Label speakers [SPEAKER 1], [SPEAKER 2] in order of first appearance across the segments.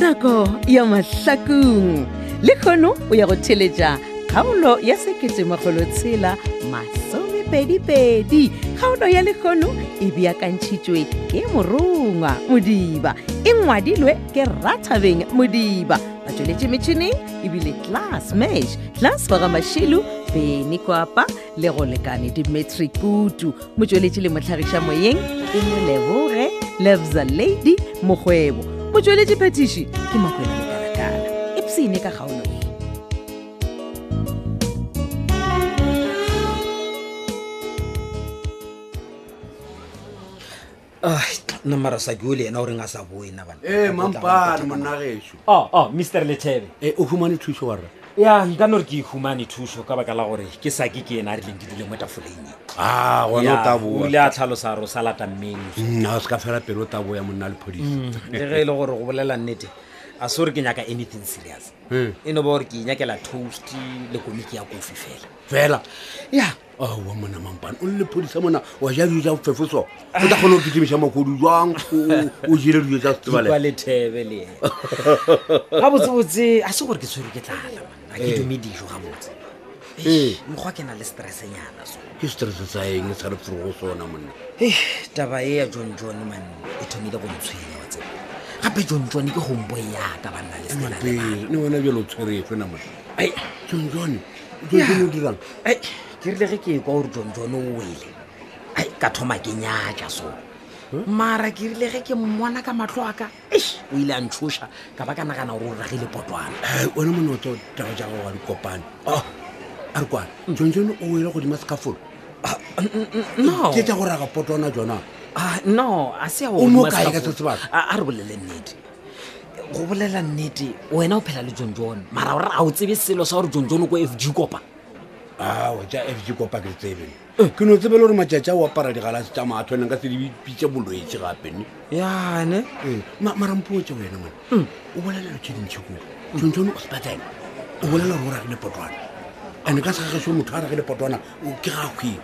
[SPEAKER 1] nako ya mahlakong le kgono o ya go theletša kgaolo ya seketemagolotshela masomepedipedi kgaolo ya lekgono e beakantšhitšwe ke morongwa modiba e ngwadilwe ke rathabeng modiba ba tsweletše metšhineng ebile class mash class bagamašilu beny kwapa le go lekane dimetri kutu motsweletši le motlhagiša moyeng e moleboge lebza lady mokgwebo motsweletši phetiši ke makwela lekalakala epsene ka kgaolo e
[SPEAKER 2] nna mara sa keo le ena goreng a sa boe na bana
[SPEAKER 3] Eh,
[SPEAKER 4] ee mampane monnageso
[SPEAKER 3] oh, oh, mr letebe
[SPEAKER 4] e o humane thuso warra
[SPEAKER 3] ya nkano gore ke e humane thuso ka baka la gore ke sake ke ena a rileng ke dule mo tafoleng e.
[SPEAKER 4] a gona o
[SPEAKER 3] Ya, o ile
[SPEAKER 4] taboa
[SPEAKER 3] a tlhalosa gore o sa lata mmeng
[SPEAKER 4] a Mm, se ka fela pele o taboya monna le phodisa
[SPEAKER 3] le ge e le gore go bolela nnete a se gore ke nyaka anything serious
[SPEAKER 4] Mm.
[SPEAKER 3] e no ba gore ke inyakela toast le komiki ya kofi fela
[SPEAKER 4] fela ya Oh, aowa mona mampane o le lephodisa mona wa ja dijo tsa fefo so o tla kgone go kitimiša makodu jang o- o jele dijo tsa
[SPEAKER 3] kwa
[SPEAKER 4] setebale
[SPEAKER 3] lethebe le ena ga botsebotse a se gore ke tshwere ke tlala a ke dume dijo ga botse
[SPEAKER 4] ee
[SPEAKER 3] mokgwa ke na le stressenyana so
[SPEAKER 4] ke stresse sa eng sa re forogo sona monna
[SPEAKER 3] Hei, taba e ya john john man e thomile go ntshwenya wa tseba gape john john ke homeboy yaka banna le Stella le bana.
[SPEAKER 4] mapele ne wena jalo o tshwerefe na mona
[SPEAKER 3] Ai,
[SPEAKER 4] jonjone jonjone o dirang
[SPEAKER 3] ai, ke rile ge ke ekwa gore john john o wele ai ka thoma ke nyaka so mara ke rile ge ke mmona ka matlho aka eish, o ile a ntshoša ka ba ka nagana gore o ragile potwana
[SPEAKER 4] Ai, Eh, wena mone o tsa taba jaga wa dikopane a re kwane jonjone o wele godima sekafolo
[SPEAKER 3] no
[SPEAKER 4] ke tsa go raga potwana jona
[SPEAKER 3] Ah, no a se a
[SPEAKER 4] O mo kae ka se tsebang?
[SPEAKER 3] a re bolele nnete go bolela nnete wena o phela le john john mara ore a o tsebe selo sa gore john john o ko f g kopa
[SPEAKER 4] awa Ah, ja fg kopa ke tsebene ke no tsebele gore matšatši a o apara digalase tsa matho neng ka se dipitse bolwetse gapene
[SPEAKER 3] yane
[SPEAKER 4] marampotse wena mone o bolela tše dintšhi kudu tsontsone o sepetlela o bolela gore o ragile potwana ande ka segageso motho a ragile potwana o- ke gakgwile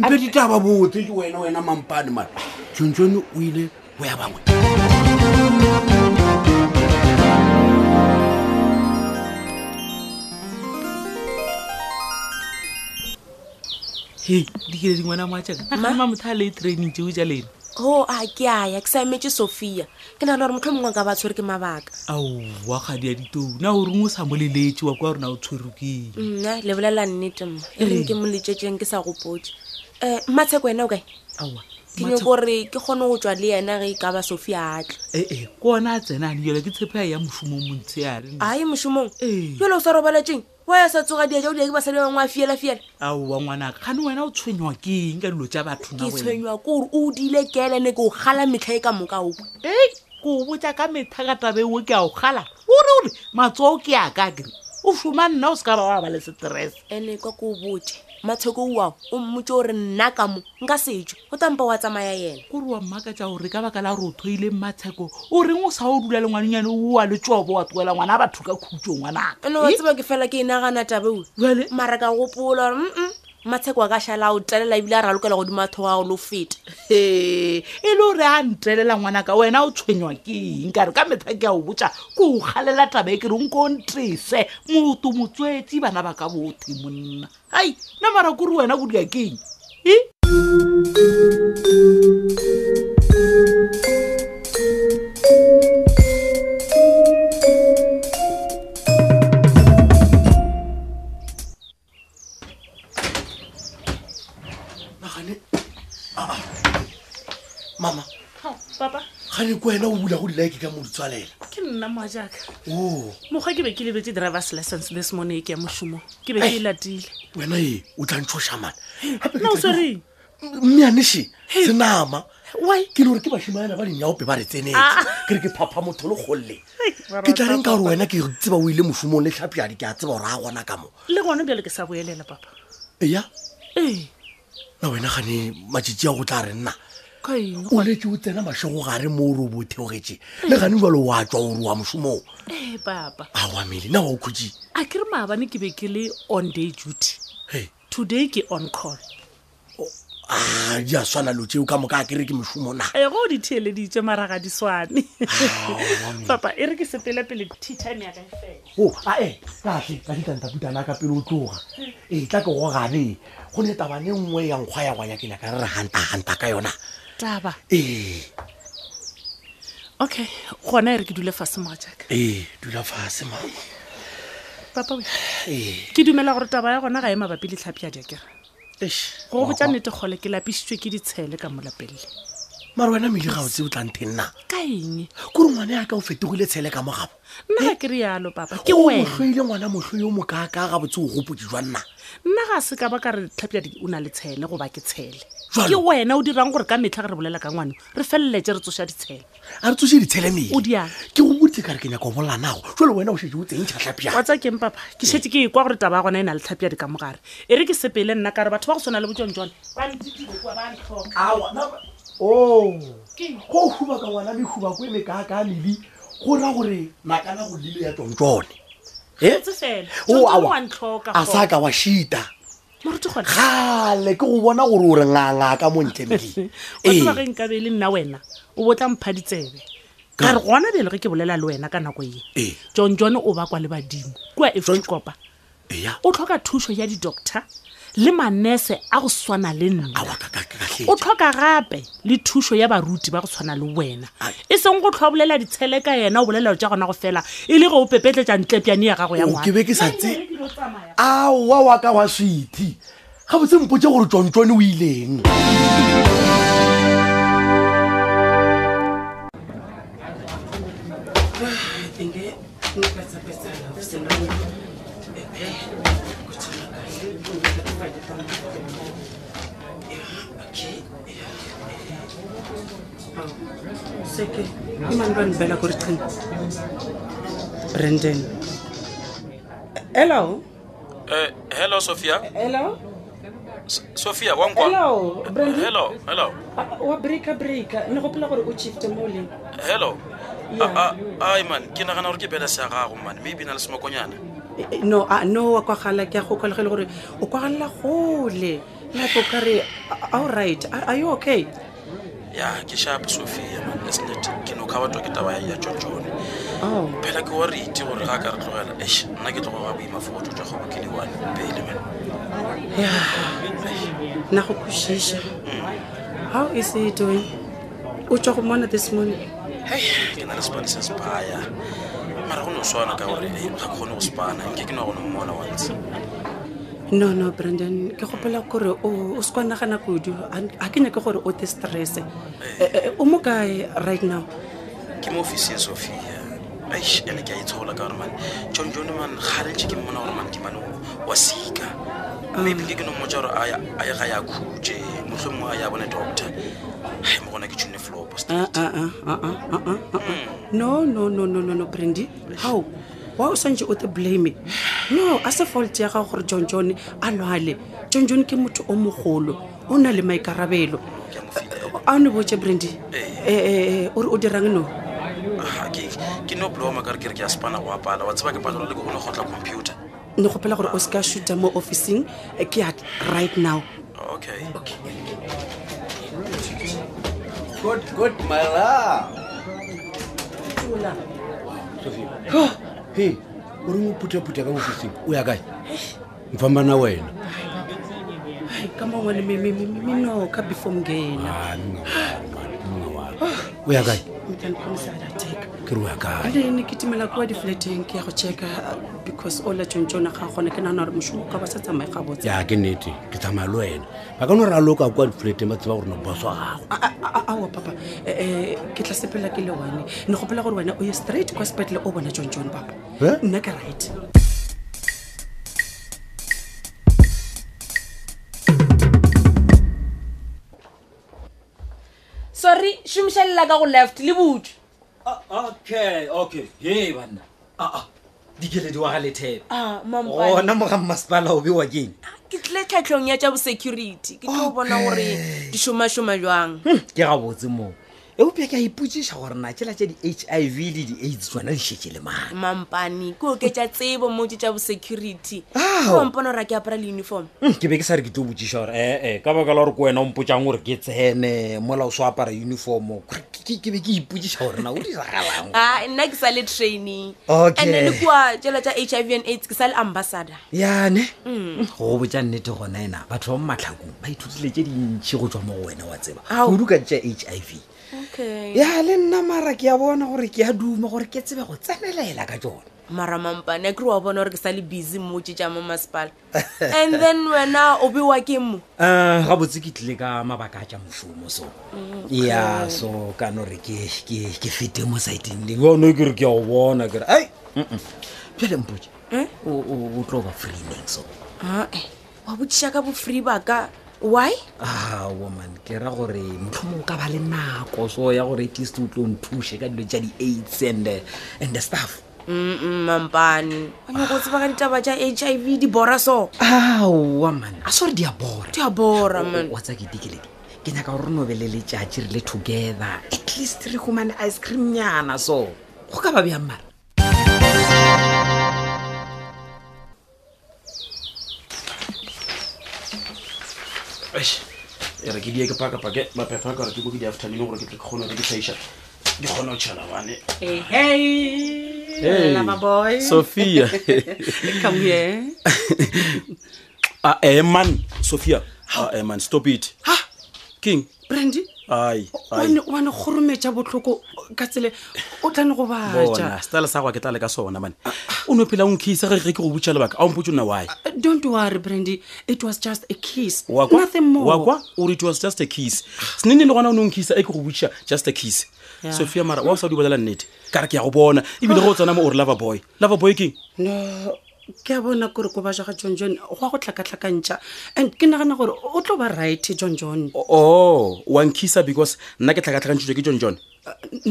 [SPEAKER 4] mpe ditaba botse wena wena mampane mane tsontsone o ile o ya bangwe
[SPEAKER 5] he dikeledi ngwana moatsaka agama motho a le e training teo ja lena
[SPEAKER 6] ho a ke aya ke sa emetse sophia ke na le gore motlho mongwe e ka ba tshwere ke mabaka
[SPEAKER 5] aowa kgadi ya ditou na o reng o sa moleletse wa kwa rona o tshwerwe keng
[SPEAKER 6] nna le bolela nnete mma e reng ke moletsetseng ke sa gopotse um matsheko wena o kae
[SPEAKER 5] aowa
[SPEAKER 6] ke nyako gore ke kgone go tswa le yena ge e ka ba sophia a tla
[SPEAKER 5] ee ke e, ona a tsenane jela ke tshepa ya mošomo montse yare
[SPEAKER 6] ae mošomong
[SPEAKER 5] Mm. Ee.
[SPEAKER 6] jole o sa robalatseng wa ya sa tsoga diaja o dia ke basadi ba bangwe a fiela-fiela
[SPEAKER 5] aowa ngwanaka gane wena o tshwenywa ke eng ka dilo tsa batho na
[SPEAKER 6] ke
[SPEAKER 5] wena
[SPEAKER 6] tshwenywa ke gore o dile keelene ke o gala metlha e ka moka oka
[SPEAKER 5] ei ke o botsa ka metha ka tabewo ke a o gala ore ore matsoo ke yaka kere o šoma nna o se ka ba wa ba le stress
[SPEAKER 6] ene kwa ke o botse matsheko oao o mmotse gore nna ka mo nka setswe go tampa wa tsamaya yena
[SPEAKER 5] kore wa mmaka tsa gore ka baka la gore o thoile mmatsheko o reng o sa o dula le ngwanengyane oa le tsobo wa tloela ngwana a batho ka khutso ngwanaka
[SPEAKER 6] ene wa
[SPEAKER 5] Eh,
[SPEAKER 6] tseba ke fela ke e nagana tabeoe
[SPEAKER 5] jwale
[SPEAKER 6] mara ka gopola gore mm matsheko a ka šhala a o telela ebile a re a lokela godimo atho ao le o feta
[SPEAKER 5] he e le gore a ntelela ngwanaka wena o tshwenywa ke eng kare ka metha ke a o botsa ke o galela taba e ke reng ko ntrise moto motswetsi bana ba ka bothe monna ai nna mara kore wena bodika keng e
[SPEAKER 4] nagane Ah, mama gane ke wena o bula go dilake ka mo ditswalela
[SPEAKER 7] ke nna moajaka
[SPEAKER 4] o
[SPEAKER 7] mokgwa ke be ke lebetse drivers license this morning e ke ya mošomo ke be ke e latile
[SPEAKER 4] wena ee o tlantšhošamane
[SPEAKER 7] nna o tshwereng
[SPEAKER 4] mmeaneshe senama
[SPEAKER 7] Why?
[SPEAKER 4] ke le gore ke bašimana ba dinyaope ba re tsenetse
[SPEAKER 7] Ah.
[SPEAKER 4] ke re ke phapha motho le kgolle
[SPEAKER 7] ba
[SPEAKER 4] ke tla
[SPEAKER 7] rata
[SPEAKER 4] reng ka gore wena ke tseba o ile mošomong le tlhapeadi ke a tseba gore a gona ka mo
[SPEAKER 7] le gona bjale ke sa boelela papa
[SPEAKER 4] eya
[SPEAKER 7] ee
[SPEAKER 4] na wena gane matšatši a go tla re nna
[SPEAKER 7] ka eng
[SPEAKER 4] o letse o tsena mašego gare moo re o bo theogetse le gane jalo wa tswa ore wa mošomoo
[SPEAKER 7] ee papa
[SPEAKER 4] a wa mele na wa o khutse
[SPEAKER 7] a ke re maabane ke be ke le on day duty
[SPEAKER 4] Hei.
[SPEAKER 7] today ke on call
[SPEAKER 4] a di a swana lo tseo ka moka a kere ke mošomo na
[SPEAKER 7] e go di theeleditse maraga di swane papa e re ke sepele pele titane ya ka e fela
[SPEAKER 4] o ae kahle ka ditlantaputana ka pele o tloga ee tla ke gogane go ne tabane nngwe ya nkgwa ya gwanya ke nyaka re re gantaganta ka yona E,
[SPEAKER 7] taba
[SPEAKER 4] ee
[SPEAKER 7] okay gona e re ke dule fase moga jaaka
[SPEAKER 4] ee e, dula fase ma E,
[SPEAKER 7] papa we
[SPEAKER 4] ee
[SPEAKER 7] ke dumela gore taba ya gona ga e mabapi le tlhapi ya jakera
[SPEAKER 4] Eish,
[SPEAKER 7] go botsa
[SPEAKER 4] wa-
[SPEAKER 7] nnete kgole ke lapisitswe ke ditshele ka molapelele
[SPEAKER 4] mara wena mmele ga o tse o tlante nna
[SPEAKER 7] ka eng
[SPEAKER 4] kore ngwana ya ka o fetogile tshele ka mogabo
[SPEAKER 7] nna ga ke rialo papa ke
[SPEAKER 4] Go
[SPEAKER 7] wena
[SPEAKER 4] mohlwaile ngwana motlho yo mokaaka ga botse o gopotse jwa nna
[SPEAKER 7] nna ga se ka ba ka re tlhapi ya o na le tshele goba ke tshele
[SPEAKER 4] Jwalo?
[SPEAKER 7] ke wena o dirang gore ka metlha ge re bolela ka ngwane re feleletse re tsoša ditshele
[SPEAKER 4] a re tsose ditshele mele
[SPEAKER 7] O di a-
[SPEAKER 4] ke go botse ka re ke nyaka o bolanago jalo wena o shetse o tseng
[SPEAKER 7] wa
[SPEAKER 4] tšhatlhapjang
[SPEAKER 7] tsa keng papa ke shetse ke ekwa gore taba ya gona e na le tlhapi ya di ka mogare e re ke sepele nna ka re batho ba go tshwana le botsong jone ba ntetile kwa ba ntlhoka
[SPEAKER 4] o
[SPEAKER 7] Ke eng?
[SPEAKER 4] Oh, go huba ka ngwana mehuba ko e mekaaka mele go ra gore nakana go lile ya tsontsone e
[SPEAKER 7] tse fela
[SPEAKER 4] o
[SPEAKER 7] Tsontsolle
[SPEAKER 4] awa
[SPEAKER 7] wa ntlhoka
[SPEAKER 4] a
[SPEAKER 7] kgotso.
[SPEAKER 4] sa ka wa šita
[SPEAKER 7] moruti gone
[SPEAKER 4] gale ke go bona gore o re nganga ka mo ntle mele
[SPEAKER 7] wa tseba ge nkabe e le nna wena o bo tla mpha ditsebe ka re gona belo ge ke bolela le wena ka nako eng
[SPEAKER 4] Ee.
[SPEAKER 7] john john o bakwa le badimo kua
[SPEAKER 4] John-
[SPEAKER 7] fg kopa
[SPEAKER 4] eya
[SPEAKER 7] o tlhoka thuso ya di-doctor le manese a go swana le nna
[SPEAKER 4] awa kakakahle
[SPEAKER 7] o tlhoka gape le thuso ya baruti ba go tshwana le wena e seng go tlhobolela ditshele ka yena o bolela tja gona go fela e le ge o pepetletsa ntlepiane ya gago ya
[SPEAKER 4] o ke
[SPEAKER 7] ngwana
[SPEAKER 4] be ke sa tse aowa wa ka wa swethi ga botse mpotse gore tsontsone o ileng
[SPEAKER 8] seke imani bandibela kurichini brandon hello
[SPEAKER 9] Eh, hello sophia
[SPEAKER 8] hello
[SPEAKER 9] sophia wankwa
[SPEAKER 8] hello brandon
[SPEAKER 9] hello hello
[SPEAKER 8] Ah, wa breaka breaka ne gopola gore o chifte mole
[SPEAKER 9] hello
[SPEAKER 8] Yeah.
[SPEAKER 9] Ah, ah, ai man ke nagana gore ke bela se ya gago man maybe na le semokonyana
[SPEAKER 8] Eh, eh, no ah, no wa kwagala ke a go kwalega le gore o kwagalela gole like o kare all right are are you okay
[SPEAKER 9] ya ke sharp sophia man isnet ke no kgabatwa ke taba ya jonjone
[SPEAKER 8] oh
[SPEAKER 9] phela ke gore ite gore ga ka re tlogela ash nna ke tlogo ga boima fokoto jwa kgobo ke le one pele man
[SPEAKER 8] ya nna go kwešiša how is he doing o tswa go mona this morning
[SPEAKER 9] hei ke na le sepane se sepaya mara go no swana ka gore eh, ga kgone go sepana nke ke no gone mmona once
[SPEAKER 8] no no brandon ke gopola gore o o se kwa nagana kudu An- ga ke nyake gore o te stresse Eh, eh, o mo kae right now
[SPEAKER 9] ke mo ofising sophia aish ene ke a itshola ka gore man john john man ga re ntse ke mmona gore man ke mane wa sika maybe ke ke no mmotsa gore a ya- a ye ga ya khutse mohlomong a ya bone doctor hai mo gona ke tshune flopo
[SPEAKER 8] Ah, ah, ah, ah, ah, ah, ah, ah, ah. no no no no no no brandy how wa o santse o te blame no a se fault ya gago gore john john a lwale john john ke motho o mogolo o na le maikarabelo
[SPEAKER 9] ke a mo file
[SPEAKER 8] a o ne botse brandy Eh, eh, eh, o re o dirang no
[SPEAKER 9] Ah, ke- ke no bloma ka re ke re ke a spana go apala wa tseba ke patola le ke gone kgotla computer
[SPEAKER 8] ne gopela gore o se ka shoota mo officing Eh, ke at right now
[SPEAKER 9] okay
[SPEAKER 3] Good, good, my love.
[SPEAKER 4] he o reng o phuthaphutha ka ofising o ya kae mfamba na wena
[SPEAKER 8] Ai, ka mangwane minoka before mngena
[SPEAKER 4] Ah, nna wa- nna wa- o ya kae
[SPEAKER 8] mkankomisadateka
[SPEAKER 4] ke re o ya kae
[SPEAKER 8] le ne ke timela kua di-flateng ke ya go checka ah, because ola tsontsona ga gona ke nagana gore mosomo ka ba sa tsamaye ga botse
[SPEAKER 4] ya ke nnete ke tsamaya le wena ba ka no re a loka kwa difoleteng ba tseba gore ne boso gago
[SPEAKER 8] A- a- a- aowa papa eh, eh, ke tla sepela ke le one ne gopela gore wena o ye straight kwa sepetlele o bona tsontsone papa
[SPEAKER 4] Eh?
[SPEAKER 8] nna ke right
[SPEAKER 6] sorry šomiša lela ka go left le butswe
[SPEAKER 3] Ah, Okay, okay. Hey, banna. Ah, ah. Dikele di wa ga lethepe.
[SPEAKER 6] a
[SPEAKER 10] ona moga mmasepala o bewa keng
[SPEAKER 6] ke tlile tlhatlhong ya tsa bosecurity ke tlo bona gore di šomašoma jwang
[SPEAKER 3] Hm, ke gabotse moo eupea ke a ipotsiša gore na tsela tša di-h i v le di-aids tsona di šetše le mane
[SPEAKER 6] mampane ke oketša tsebo mo tse tsa bosecurity
[SPEAKER 3] Ao.
[SPEAKER 6] ompona gore a ke apara le uniform
[SPEAKER 3] Hm, ke be ke sa re ke tlo botsiša gore ee ka baka la gore ke wena o mpotsang gore ke tsene mola o se o apara uniformo ke be ke ipotsiša gore na o diragalang
[SPEAKER 6] a nna ke sa le training
[SPEAKER 3] Okay.
[SPEAKER 6] and le kua tsela tsa h i v and aids ke sa le ambassador
[SPEAKER 3] yane go botsa nnete gona ena batho ba mo matlhakong ba ithutile tse dintšhi go tswa mo go wena wa tseba
[SPEAKER 6] Ao.
[SPEAKER 3] kudu ka tša h i v
[SPEAKER 6] Hmm. okay
[SPEAKER 3] ya le nna mara ke a bona gore ke a duma gore ke tsebe go tsenelela ka tsona
[SPEAKER 6] mara mampane a kere wa bona gore ke sa le busy mo tse tsa mo masepala and then wena o bewa ke mo
[SPEAKER 3] Eh, gabotse ke tlile ka mabaka a tja mošomo so ya so ka no re ke ke- ke fete mo siteng leng yone ke re ke a o bona kere ai mm-mm. bjale mpoe o o- o tlo ba free neng so
[SPEAKER 6] ae wa botsiša ka bofree baka why
[SPEAKER 3] a Ah, woman ke ra gore motlhomo o ka ba le nako so ya gore at least o tlo nthuse ka dilo tja di-aids and eh, and the stuff
[SPEAKER 6] mm mampane wa nyako o tseba ka ditaba tsa h i v di bora so
[SPEAKER 3] aowa man Ah, a se gore di a bora
[SPEAKER 6] di a bora man
[SPEAKER 3] wa tsa ketekeleke ke nyaka gore no be le letšatši re le together at least re humane ice cream nyana so go ka ba bjang mara
[SPEAKER 9] Eish, e re ke die ke pakapake maphepha a kare ke ko ke di afternoon gore ke tle ke kgone re ke tlhaiša di kgone go tšhela bane Hey, sophia Ah, eh, man sophia Ah, eh, man stop it king
[SPEAKER 7] brandy
[SPEAKER 9] ai ai.
[SPEAKER 7] wane kgorometša botlhoko ka tsele o tlane go
[SPEAKER 9] bona style sa goa ke tla le ka sona mane o ne o phela onkisa ge ge ke go butša lebaka a ompotse o nna wy
[SPEAKER 7] don't worry brandy it was just a kiss
[SPEAKER 9] wa kwa Wa kwa? o re it was just a kiss senene le gona o ne onkisa e ke go botša just a kiss
[SPEAKER 7] Yeah.
[SPEAKER 9] sophia mara wa o sa di bolela nnete ka re ke ya go bona ebile ge o tsena mo o re lava boy lava boy keng
[SPEAKER 7] no ke a bona kore ko baja ga john john go a go tlhakatlhakantšha and ke nagana gore o tlo ba right john john
[SPEAKER 9] o wa nkisa because nna ke tlhakatlhakantšhitswe ke john john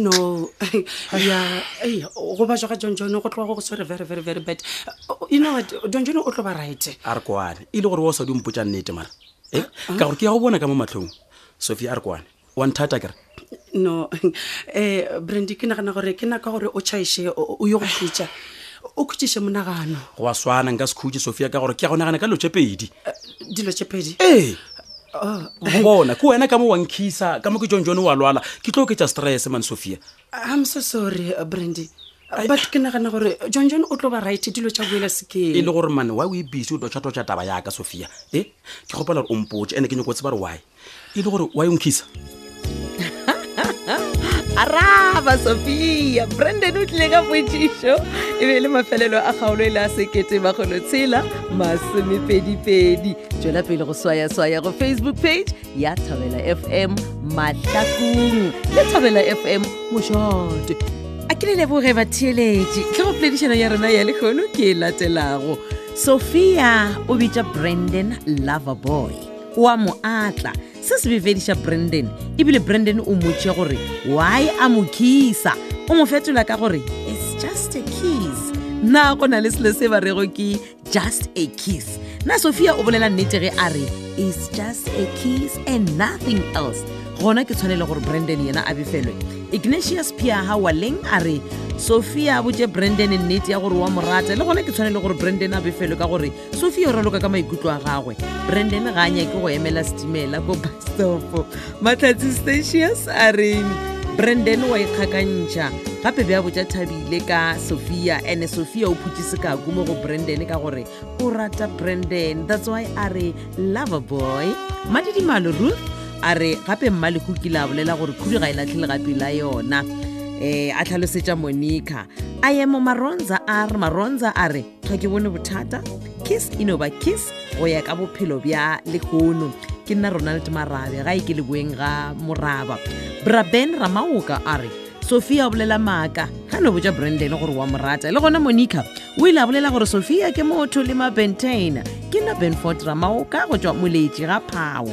[SPEAKER 7] no ya ei, go baja ga john john go tloga go go swere very very very bad you know what john john o tlo ba right
[SPEAKER 9] a re kwane e le gore wa o sa di ompotsa nnete mara e ka gore ke ya go bona ka mo matlhong sophia a re kwane wa nthata kere
[SPEAKER 7] no um brandy ke nagana gore ke naka gore o chaiše o yo go khutša o khutšiše monagano
[SPEAKER 9] go a swana nka se khutse sophia ka gore ke ya go nagana ka lotse pedi
[SPEAKER 7] dilo tše pedi
[SPEAKER 9] ee Wa bona ke wena ka mo wankisa ka mo ke john john wa lwala ke tlo oketsa stress man sophia
[SPEAKER 7] i'm so sorry uh, brandy but ke nagana gore john john o tlo ba right dilo tša boela
[SPEAKER 9] e
[SPEAKER 7] sekeng
[SPEAKER 9] le gore mane why o e busy o dotšhatotša taba yaka sophia e ke gopela gore o mpotse ande ke nyako tse ba re why e le gore why o nkisa
[SPEAKER 1] araba sophia branden o tlile ka potsišo e be le mafelelo a kgaolo e le a sekete magolo tshela masomepedipedi tswela pele go swayaswaya go facebook page ya thobela fm matlakong le thobela fm mošate a ke le leboge batheeletše ke go poledišano ya rona ya lekgono ke e latelago sophia o bitša branden loverboy wa mo atla se se befediša branden ebile branden o motše gore why a mo kisa o mo fetola ka gore it's just a kiss na go na le selo se ba rego ke just a kiss na sophia o bolela nnete ge a re it's just a kiss and nothing else gona ke tshwanele gore branden yena a befelwe ignatius piaha waleng a re sophia a botse branden nnete ya gore wa morata le gona ke tshwanele gore branden a befelwe ka gore sophia o raloka ka maikutlo a gagwe branden ga a nyake go emela setimela ko bastopo matlhatsi statius a reng branden wa ikgakantšha gape be a botja thabile ka sophia and sophia o phutse sekaku mo go branden ka gore o rata branden that's why a re lover boy madidimalo ruth a re gape mmaleko kile a bolela gore khudu ga e latlhe legapi la yona um a tlhalosetša monica a emo maronza a re maronza a re ga ke bone bothata kiss e no ba kiss go ya ka bophelo bja lekgono ke nna ronald marabe ga e ke leboeng ga moraba braben ramaoka a re sophia o bolela maaka ga no botja branden gore wa morata le gona monica o ile a bolela gore sophia ke motho le mabentena ke nna benford ramaoka go tswa moletši ga phao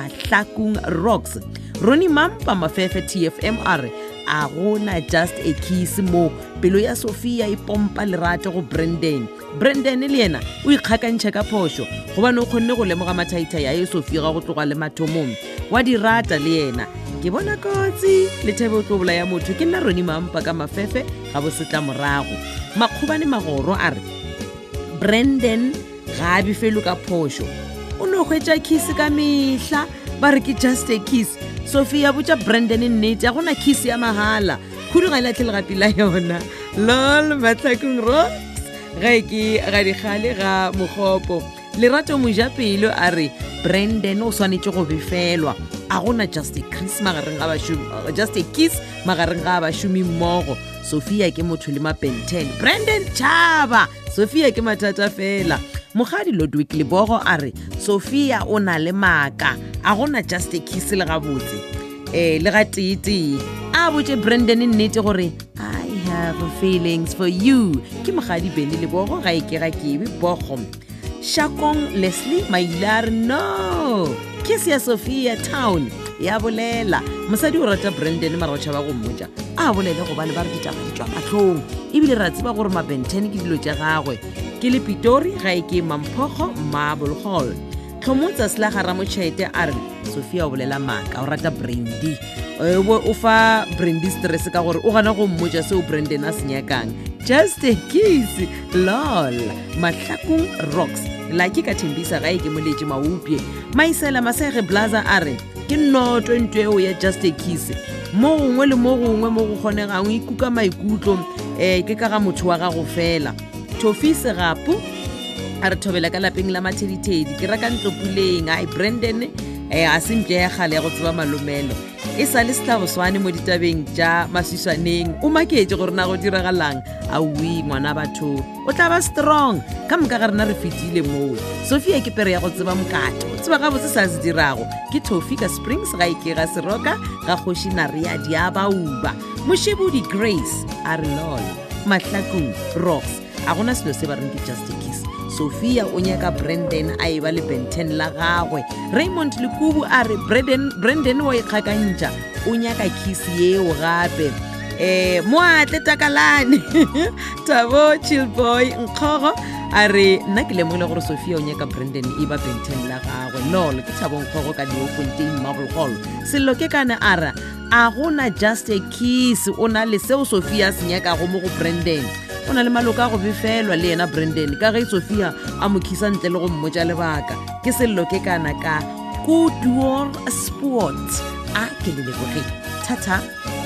[SPEAKER 1] mahlakong rocks rony mampa mafefe tfm a re a gona just a kiss mo pelo ya sophia e pompa lerato go branden branden le yena o ikgakantšhe ka phošo gobane o kgonne go lemoga mathaithai a e sofia ga go tloga le mathomong wa di rata le yena ke bona kotsi lethebe o tlo bolaya motho ke nna roni mampa ka mafefe ga bo setla morago makgobane magoro a re branden ga a befelo ka phošo o ne hwetša kiss ka mehla ba re ke just a kiss sophia botša branden nnete a gona kiss ya mahala khudu ga e latlhe legapi la yona lol matlhakong rocks ge ke ga dikgale ga mokgopo lerato mojapelo a re branden o swanetše go befelwa a gona just a kiss magareng ga bašomi- uh, just a kiss magareng ga bašomi mmogo sophia ke motho le mapenten branden tšhaba sophia ke mathata fela mogadi lodwik lebogo a re sophia o na le maaka a gona just a kiss le gabotse um le ga teetee a botse branden nnete gore i have feelings for you ke mogadi beny lebogo ga e kega kebe bogom shakong leslie maile a re no kiss ya sophia town ya bolela mosadi o rata branden mara o tšhaba go mmotsa a bolele gobane ba re ditaba di tšwa matlhong ebile ra tseba gore mabenten ke dilo tša gagwe ke le pitori ga e ke mamphogo marble hall tlhomotsa selaga ramotšhete a re sophia o bolela maaka o rata brandy Eh, o bo- o fa brandy stress ka gore o gana go mmotsa seo branden a senyakang just a kiss lol mahlakong rocks laki ka thembisa gae ke moletse maupie maisela masege blaza a re ke noto ntwe eo ya just a kiss mo gongwe le mo gongwe mo go kgonegang o ikuka maikutlo um ke ka ga motho wa gago fela thofise gapo a re thobela ka lapeng la mathedithedi ke reka ntlopuleng ai branden um a sempša ya gale ya go tseba malomelo e sa le setlhaboswane mo ditabeng tša maswiswaneng o maketse gore na go diragalang a oi ngwana batho o tla ba strong ka moka ga rena re fetile moo sophia ke pere ya go tseba mokate o tseba gabotse sa se dirago ke tofi ka springs ga ikega seroka ga kgoši narea di a bauba moshebodi grace a re lol mahlakong rocks a gona selo se ba reng ke just a kiss sophia o nyaka branden a e ba le benten la gagwe raymond lekubu a re branden branden wa ikgakantšha o nyaka kiss yeo gape um moatle takalane tabo chilboy nkgogo a re nna ke lemogile gore sophia o nyaka branden e ba benten la gagwe lol ke thabo nkgogo ka diofontein marble hall sello ke kana a ra a gona just a kiss o na le seo sophia a se nyakago mo go branden o na le maloko a go befelwa le yena branden ka ge sophia a mo khisa ntle le go mmotsa lebaka ke sello ke kana ka koduor sport a ke le lebogile thata